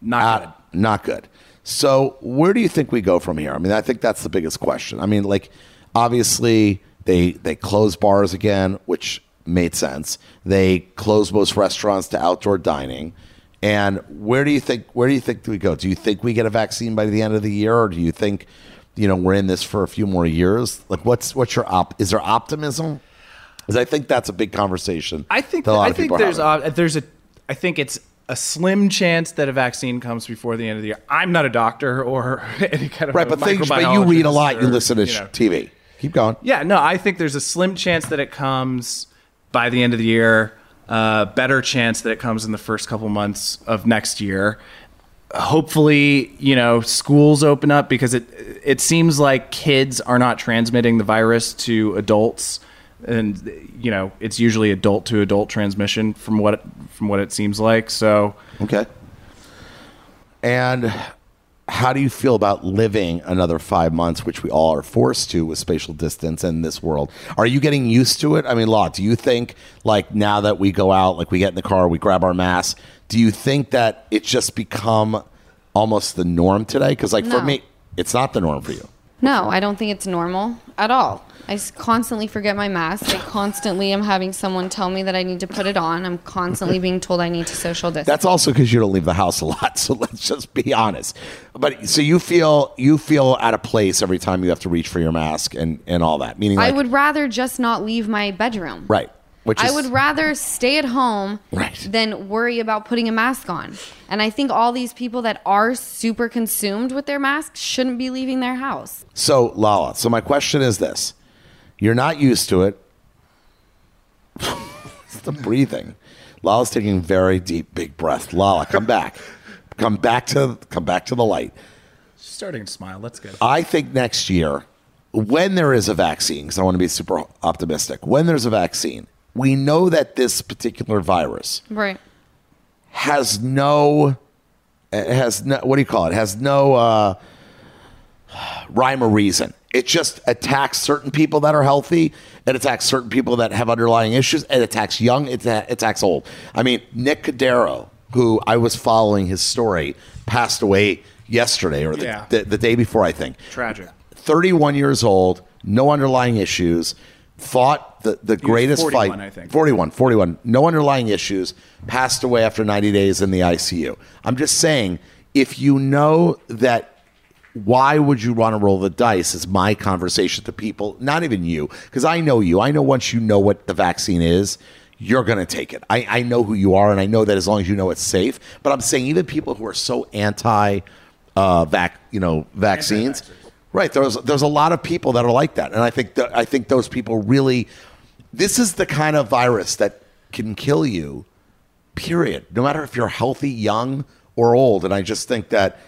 D: not
B: uh,
D: good.
B: not good. So where do you think we go from here? I mean, I think that's the biggest question. I mean, like obviously they they closed bars again, which made sense. They closed most restaurants to outdoor dining. And where do you think where do you think do we go? Do you think we get a vaccine by the end of the year, or do you think you know we're in this for a few more years? Like, what's what's your op? Is there optimism? Because I think that's a big conversation.
D: I think
B: that a lot
D: I
B: of
D: think
B: people are
D: there's
B: having.
D: uh, there's a I think it's a slim chance that a vaccine comes before the end of the year. I'm not a doctor or any kind of
B: right, but things, but you read a lot, you listen to sh
D: know.
B: TV. Keep going.
D: Yeah, no, I think there's a slim chance that it comes by the end of the year. Uh, better chance that it comes in the first couple months of next year. Hopefully, you know, schools open up because it it seems like kids are not transmitting the virus to adults, and you know, it's usually adult to adult transmission from what from what it seems like. So
B: Okay. And how do you feel about living another five months, which we all are forced to with spatial distance in this world? Are you getting used to it? I mean, Law, do you think, like, now that we go out, like, we get in the car, we grab our mask, do you think that it's just become almost the norm today? Because, like, for
A: No.
B: me, it's not the norm for you.
A: No, I don't think it's normal at all. I s- constantly forget my mask. I constantly am having someone tell me that I need to put it on. I'm constantly being told I need to social distance.
B: That's also because you don't leave the house a lot. So let's just be honest. But so you feel you feel out of place every time you have to reach for your mask and and all that. Meaning, like,
A: I would rather just not leave my bedroom.
B: Right. Which
A: I
B: is,
A: would rather stay at home
B: Right.
A: than worry about putting a mask on. And I think all these people that are super consumed with their masks shouldn't be leaving their house.
B: So Lala. So my question is this: You're not used to it. it's the breathing. Lala's taking very deep, big breath. Lala, come back. Come back to come back to the light.
D: she's starting to smile. That's good.
B: I think next year, when there is a vaccine, because I want to be super optimistic, when there's a vaccine, we know that this particular virus
A: Right.
B: has no it has no what do you call it has no uh, rhyme or reason it just attacks certain people that are healthy it attacks certain people that have underlying issues it attacks young it atta- attacks old i mean nick cadero who i was following his story passed away yesterday or the,
D: Yeah.
B: the, the day before i think
D: Tragic.
B: 31 years old, no underlying issues, fought the, the greatest
D: 41,
B: fight.
D: I think.
B: 41, 41, no underlying issues, passed away after 90 days in the ICU. I'm just saying, if you know that, why would you want to roll the dice? Is my conversation to people, not even you, because I know you. I know once you know what the vaccine is, you're going to take it. I, I know who you are, and I know that as long as you know it's safe. But I'm saying, even people who are so anti uh, vac, you know, vaccines. Right. There's there's a lot of people that are like that, and I think that I think those people really. This is the kind of virus that can kill you. Period. No matter if you're healthy, young, or old, and I just think that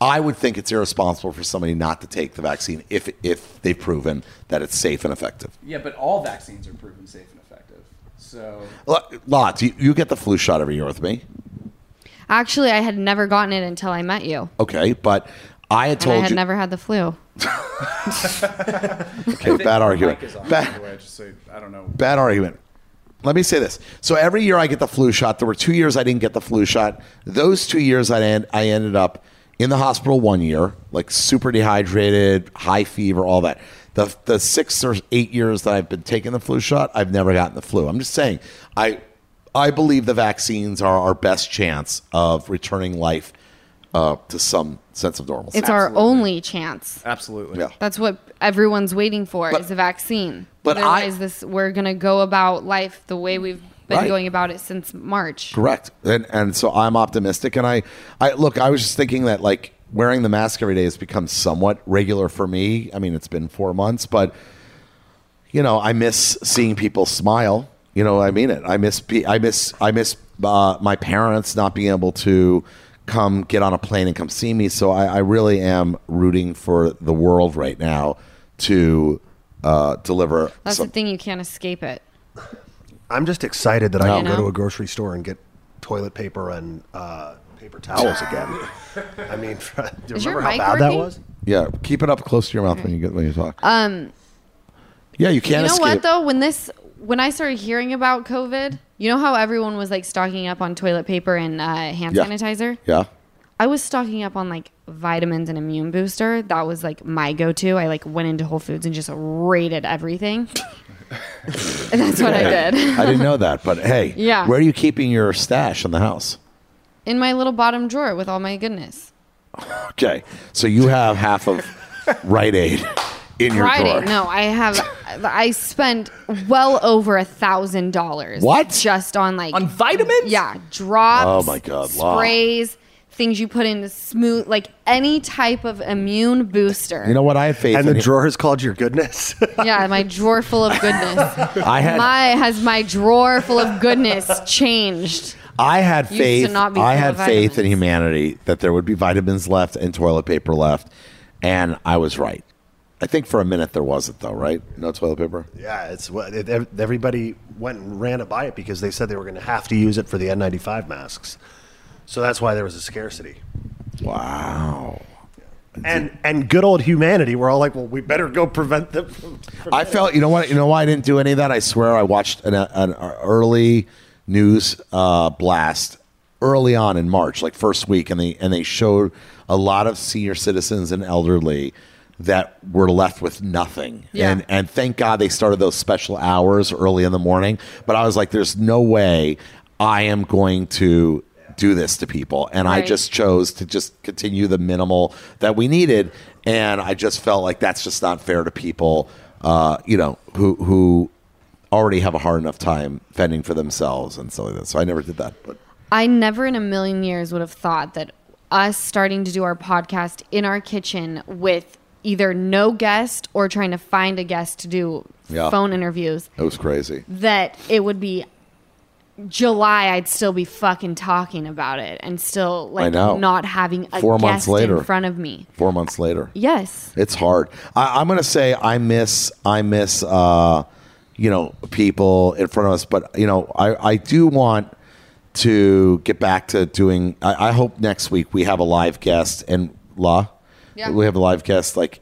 B: I would think it's irresponsible for somebody not to take the vaccine if if they've proven that it's safe and effective.
D: Yeah, but all vaccines are proven safe and effective. So
B: Lo- Lots. You, you get the flu shot every year with me.
E: Actually, I had never gotten it until I met you,
B: Okay, but I had
E: and
B: told
E: I had
B: you.
E: never had the flu.
B: okay, bad argument. Bad-
D: so I don't know.
B: bad argument. Let me say this. So every year I get the flu shot. There were two years I didn't get the flu shot. Those two years I end, I ended up in the hospital one year, like super dehydrated, high fever, all that. The the six or eight years that I've been taking the flu shot, I've never gotten the flu. I'm just saying, I I believe the vaccines are our best chance of returning life uh, to some sense of normalcy.
E: It's our only chance.
D: Absolutely.
B: Yeah.
E: That's what everyone's waiting for
B: But-
E: is a vaccine.
B: but I-
E: Otherwise, this we're gonna go about life the way we've been
B: Right.
E: going about it since March.
B: Correct. And and so I'm optimistic and I I look, I was just thinking that like wearing the mask every day has become somewhat regular for me. I mean, it's been 4 months, but you know, I miss seeing people smile. You know, I mean it. I miss pe- I miss I miss uh, my parents not being able to come get on a plane and come see me. So I, I really am rooting for the world right now to uh, deliver
E: That's
B: some-
E: the thing; you can't escape it.
C: I'm just excited that I can
E: You
C: go
E: know?
C: to a grocery store and get toilet paper and uh, paper towels again. I mean, do you
E: Is your
C: remember how
E: mic
C: bad that
E: working?
C: was?
B: Yeah, keep it up close to your mouth when you get when you talk. Um. Yeah, you can't
E: you know
B: escape.
E: what though? When this, when I started hearing about COVID, you know how everyone was like stocking up on toilet paper and uh, hand
B: Yeah.
E: sanitizer.
B: Yeah.
E: I was stocking up on like vitamins and immune booster. That was like my go-to. I like went into Whole Foods and just raided everything. and that's what I did
B: I didn't know that, but hey,
E: Yeah.
B: where are you keeping your stash in the house?
E: in my little bottom drawer with all my goodness.
B: Okay. So you have half of Rite Aid in your
E: Friday.
B: drawer.
E: No, I have. I spent well over a thousand dollars.
B: What?
E: Just on like
D: On Um, vitamins?
E: yeah drops.
B: Oh my God, wow.
E: Sprays, things you put in to smooth, like any type of immune booster.
B: You know what I have faith
C: And
B: in
C: the drawer is called your goodness.
E: yeah, my drawer full of goodness.
B: I had
E: my has my drawer full of goodness changed.
B: I had
E: Used to
B: faith
E: not be
B: I
E: full
B: had
E: of
B: faith in
E: vitamins.
B: humanity that there would be vitamins left and toilet paper left, and I was right. I think for a minute there wasn't though, right? No toilet paper.
C: yeah, it's what it- ev- everybody went and ran to buy it because they said they were going to have to use it for the N95 masks. So that's why there was a scarcity.
B: Wow.
C: And and good old humanity, we're all like, well, we better go prevent them. From,
B: I felt you know what you know why I didn't do any of that. I swear I watched an, an early news uh, blast early on in March, like first week, and they and they showed a lot of senior citizens and elderly that were left with nothing.
E: Yeah.
B: And and thank God they started those special hours early in the morning. But I was like, there's no way I am going to do this to people, and I
E: Right.
B: just chose to just continue the minimal that we needed. And I just felt like that's just not fair to people, uh, you know, who who already have a hard enough time fending for themselves and stuff like that. So I never did that. But
E: I never in a million years would have thought that us starting to do our podcast in our kitchen with either no guest or trying to find a guest to do
B: Yeah.
E: phone interviews
B: it was crazy.
E: that it would be July I'd still be fucking talking about it and still like
B: know.
E: not having a
B: Four
E: guest
B: months later.
E: in front of me.
B: Four months later,
E: Yes.
B: it's hard. I, I'm gonna say I miss I miss uh, you know people in front of us, but you know I I do want to get back to doing. I, I hope next week we have a live guest and La.
E: Yeah.
B: We have a live guest like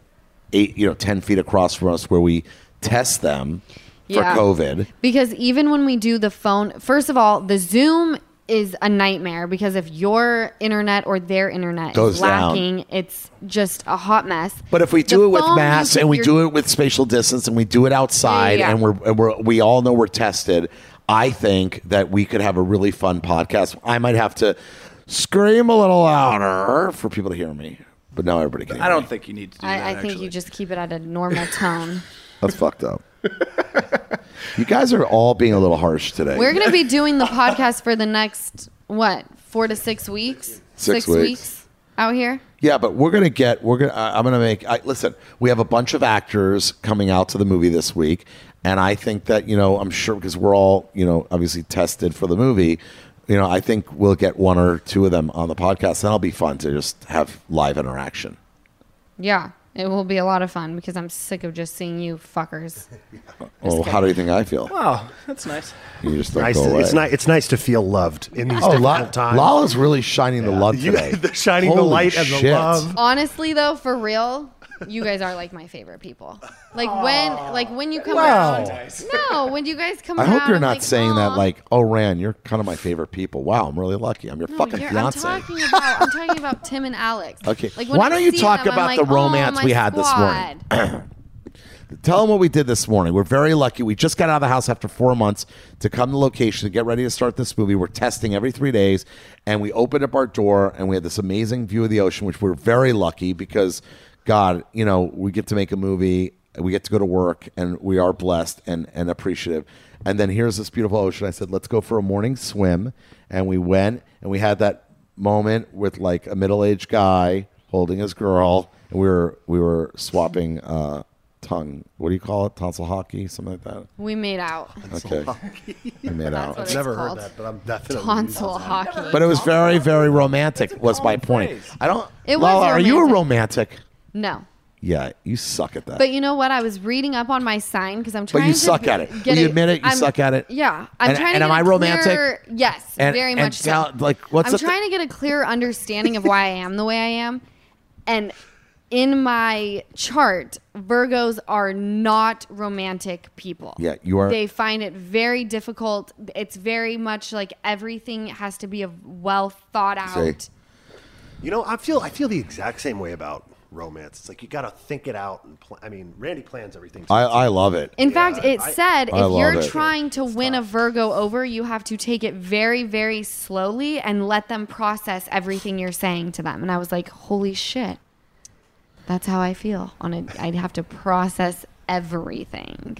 B: eight you know ten feet across from us where we test them for
E: Yeah.
B: COVID.
E: Because even when we do the phone, first of all, the Zoom is a nightmare because if your internet or their internet
B: Goes
E: is
B: down.
E: lacking, it's just a hot mess.
B: But if we do
E: The
B: it with
E: phone,
B: masks
E: you-
B: and we
E: you're-
B: do it with spatial distance and we do it outside
E: Yeah, yeah, yeah.
B: and, we're, and we're we all know we're tested, I think that we could have a really fun podcast. I might have to scream a little louder for people to hear me, but now everybody can. Hear
D: I
B: me.
D: don't think you need to do that.
E: I, I think
D: actually.
E: you just keep it at a normal tone.
B: That's fucked up. you guys are all being a little harsh today.
E: We're going to be doing the podcast for the next, what, four to six weeks?
B: Six weeks.
E: out here.
B: Yeah, but we're gonna get. We're gonna. I I'm gonna make. I, listen, we have a bunch of actors coming out to the movie this week, and I think that you know, I'm sure because we're all you know, obviously tested for the movie. You know, I think we'll get one or two of them on the podcast. That'll be fun to just have live interaction.
E: Yeah, it will be a lot of fun because I'm sick of just seeing you fuckers.
B: Well, how do you think I feel?
D: Oh, that's nice.
B: You just don't
C: Nice.
B: go away.
C: It's nice. It's nice to feel loved in these
B: Oh,
C: difficult
B: La-
C: times.
B: Lala's really shining the love
C: You-
B: today.
C: they're shining the light and the love.
E: Honestly, though, for real, you guys are like my favorite people. Like when, like when you come
C: Wow.
E: around. No, when you guys come
B: I
E: around,
B: hope you're
E: I'm
B: not saying that
E: "Aw."
B: like, oh, Ran, you're kind of my favorite people. Wow, I'm really lucky. I'm your
E: No,
B: fucking
E: you're-
B: fiance.
E: I'm talking about. I'm talking about Tim and Alex.
B: Okay.
E: when
B: Why
E: I
B: don't you
E: see
B: talk
E: them, I'm
B: about
E: like,
B: the
E: "Oh,
B: romance
E: my
B: we had this morning?"
E: squad."
B: Tell them what we did this morning. We're very lucky. We just got out of the house after four months to come to location to get ready to start this movie. We're testing every three days, and we opened up our door and we had this amazing view of the ocean, which we're very lucky because, God, you know, we get to make a movie, we get to go to work, and we are blessed and and appreciative. And then here's this beautiful ocean. I said, let's go for a morning swim, and we went and we had that moment with like a middle aged guy holding his girl, and we were we were swapping. Uh, tongue. What do you call it? Tonsil hockey, something like that.
E: We made out.
B: Okay, we made
E: That's what
B: out.
E: it's
C: Never
E: called.
C: heard that, but I'm definitely
E: Tonsil hockey.
B: But it was very, very romantic. Was my point. I don't.
E: It was
B: Lala, are you a romantic?
E: No.
B: Yeah, you suck at that.
E: But you know what? I was reading up on my sign because I'm
B: But
E: trying.
B: you suck
E: to
B: at it.
E: get
B: Will you admit it? You
E: I'm-
B: suck at it?
E: Yeah, I'm
B: And-
E: trying.
B: and
E: to
B: am
E: get
B: I
E: a
B: romantic?
E: clear- yes,
B: And-
E: very
B: and
E: much.
B: tell-
E: so.
B: like, what's
E: I'm
B: the thi-
E: trying to get a clear understanding of why I am the way I am, and in my chart, Virgos are not romantic people.
B: Yeah, you are-
E: They find it very difficult. It's very much like everything has to be a well thought
B: See.
E: out.
C: You know, I feel I feel the exact same way about romance. It's like you got to think it out and plan. I mean, Randy plans everything.
B: I, I love it.
E: In fact, it
C: I-
E: said
B: I
E: if you're
B: love it.
E: trying to win a Virgo over, you have to take it very, very slowly and let them process everything you're saying to them. And I was like, holy shit, that's how I feel. On a, I'd have to process everything.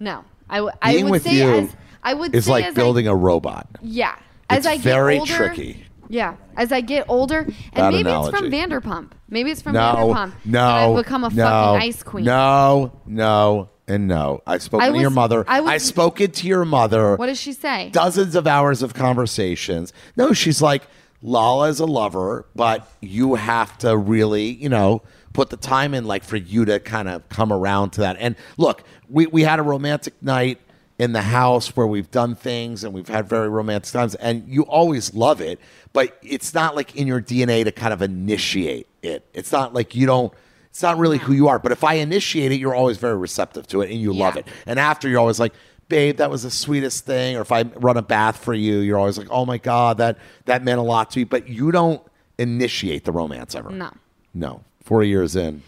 E: No, I, w- I
B: Being
E: would
B: with
E: say
B: you
E: as I would
B: It's
E: say
B: like
E: as
B: building
E: I,
B: a robot.
E: yeah.
B: it's
E: As I get
B: very
E: older,
B: tricky.
E: Yeah, as I get older, and
B: Bad
E: maybe it's
B: analogy.
E: from Vanderpump. Maybe it's from
B: No,
E: Vanderpump.
B: no,
E: that I've become a
B: no,
E: fucking ice queen.
B: No, no, and no. I've spoken
E: I
B: to your
E: was-
B: mother.
E: I was-
B: I've spoken to your mother.
E: What does she say?
B: dozens of hours of conversations. No, she's like, Lala is a lover, but you have to really, you know, put the time in, like, for you to kind of come around to that. And look, we, we had a romantic night in the house where we've done things and we've had very romantic times, and you always love it, but it's not like in your DNA to kind of initiate it. It's not like you don't. It's not really who you are, but if I initiate it, you're always very receptive to it and you love
E: Yeah.
B: it. And after, you're always like, "Babe, that was the sweetest thing." Or if I run a bath for you, you're always like, "Oh my god, that that meant a lot to you." But you don't initiate the romance ever.
E: No.
B: no. Four years in,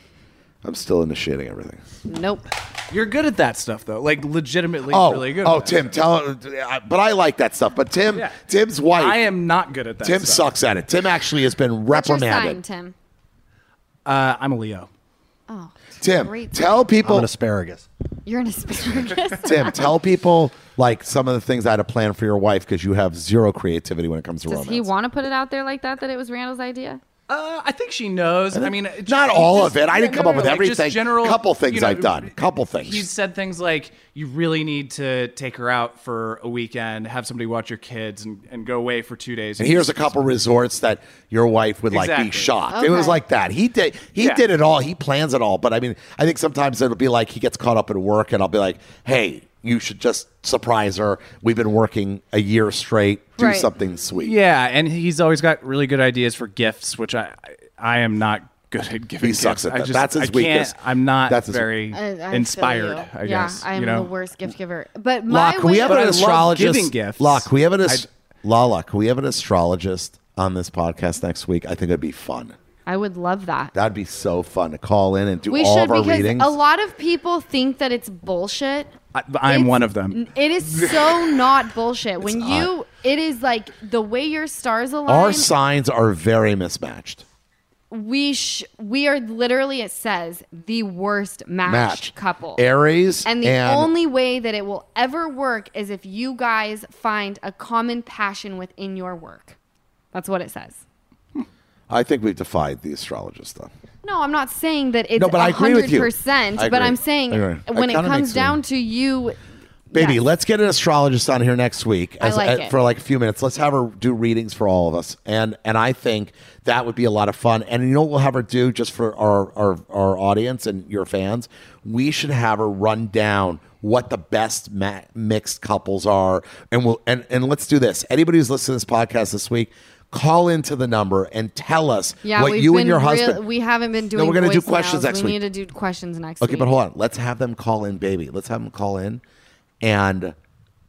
B: I'm still initiating everything.
E: Nope.
D: You're good at that stuff though. Like legitimately
B: Oh,
D: really good.
B: oh,
D: at that.
B: Tim, tell. I- But I like that stuff. But Tim,
D: Yeah.
B: Tim's wife.
D: I am not good at that.
B: Tim
D: stuff.
B: sucks at it. Tim actually has been
E: What's your sign,
B: reprimanded.
E: Tim?
D: Uh, I'm a Leo.
E: Oh,
B: Tim,
E: Great.
B: tell
C: I'm
B: people
C: an asparagus.
E: you're an asparagus.
B: Tim, tell people like some of the things I had a plan for your wife because you have zero creativity when it comes to
E: Does
B: romance.
E: he want to put it out there like that? That it was Randall's idea?
D: Uh, I think she knows. I mean, it-
B: Not
D: it's
B: all
D: just-
B: of it. I didn't
D: no,
B: come
D: no,
B: up with
D: no, like, just
B: everything.
D: General,
B: couple things
D: you know,
B: I've done. Couple things.
D: He's said things like, "You really need to take her out for a weekend, have somebody watch your kids, and, and go away for two days."
B: and here's a couple resorts that your wife would like be
D: Exactly.
B: shocked. It was
E: Okay.
B: like that. He did. He
D: Yeah.
B: did it all. He plans it all. But I mean, I think sometimes it'll be like he gets caught up in work, and I'll be like, "Hey, you should just surprise her. We've been working a year straight. Do
E: Right.
B: something sweet."
D: Yeah, and he's always got really good ideas for gifts, which I I am not good at giving.
B: He sucks
D: gifts.
B: at
D: I
B: that.
D: just,
B: That's his
D: I can't-
B: weakest.
D: I'm not
B: That's his-
D: very
E: I- I feel
D: inspired.
E: you.
D: I
E: yeah,
D: guess
E: I am
D: you know?
E: the worst gift giver. But my
B: Locke,
E: way
B: we have
D: But
B: an
D: I love
B: astrologist.
D: giving gifts.
B: Locke, we have an
D: I'd-
B: as- Lala, can we have an astrologist on this podcast next week? I think it'd be fun.
E: I would love that.
B: That'd be so fun to call in and do
E: we
B: all
E: should
B: of our
E: because
B: readings.
E: a lot of people think that it's bullshit.
D: I, I'm
E: It's-
D: one of them.
E: It is so not bullshit. When
B: not.
E: you, it is like the way your stars
B: Our
E: align.
B: signs are very mismatched.
E: we sh- we are literally it says the worst matched
B: Match
E: couple.
B: Aries
E: And the only way that it will ever work is if you guys find a common passion within your work. That's what it says.
B: I think we've defied the astrologist though.
E: No, I'm not saying that it's
B: No, but I agree with you.
E: 100%,
B: I
E: but
B: agree.
E: I'm saying
B: I agree. That
E: when it
B: kinda
E: comes
B: makes
E: down
B: sense.
E: to you
B: Baby,
E: Yes.
B: let's get an astrologist on here next week
E: I like it.
B: for like a few minutes. Let's have her do readings for all of us. And and I think that would be a lot of fun. And you know what we'll have her do just for our our, our audience and your fans? We should have her run down what the best ma- mixed couples are. And we'll and, and let's do this. Anybody who's listening to this podcast this week, call into the number and tell us
E: Yeah,
B: what
E: we've
B: you
E: been
B: and your
E: real-
B: husband
E: we haven't been doing.
B: No, we're gonna do
E: voicemails.
B: questions next
E: We
B: week.
E: need to do questions next.
B: Okay,
E: week.
B: but hold on. Let's have them call in, baby. Let's have them call in and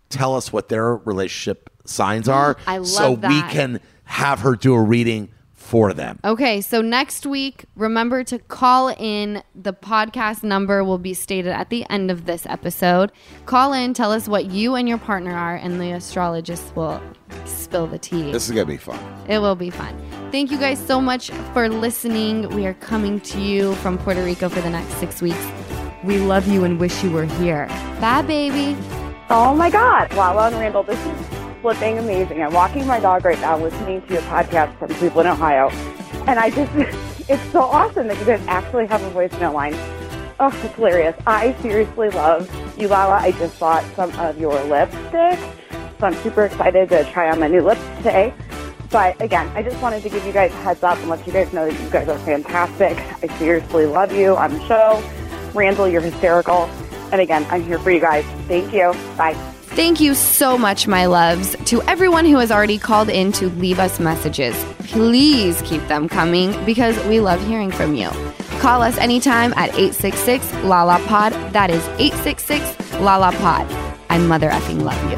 B: tell us what their relationship signs are.
E: Mm, I love
B: so we
E: that. Oh.
B: can have her do a reading for them.
E: Okay, so next week, remember to call in. The podcast number will be stated at the end of this episode. Call in, tell us what you and your partner are, and the astrologist will spill the tea.
B: This is gonna be fun.
E: It will be fun. Thank you guys so much for listening. We are coming to you from Puerto Rico for the next six weeks. We love you and wish you were here. Bye, baby.
F: Oh my God. Wow, wow, and Randall, this is flipping amazing. I'm walking my dog right now listening to your podcast from Cleveland, Ohio. And I just, it's so awesome that you guys actually have a voicemail line. Oh, it's hilarious. I seriously love you, Lala. I just bought some of your lipstick. So I'm super excited to try on my new lips today. But again, I just wanted to give you guys a heads up and let you guys know that you guys are fantastic. I seriously love you on the show. Randall, you're hysterical. And again, I'm here for you guys. Thank you. Bye.
E: Thank you so much, my loves, to everyone who has already called in to leave us messages. Please keep them coming because we love hearing from you. Call us anytime at 866 LalaPod. That is 866 LalaPod. I mother effing love you.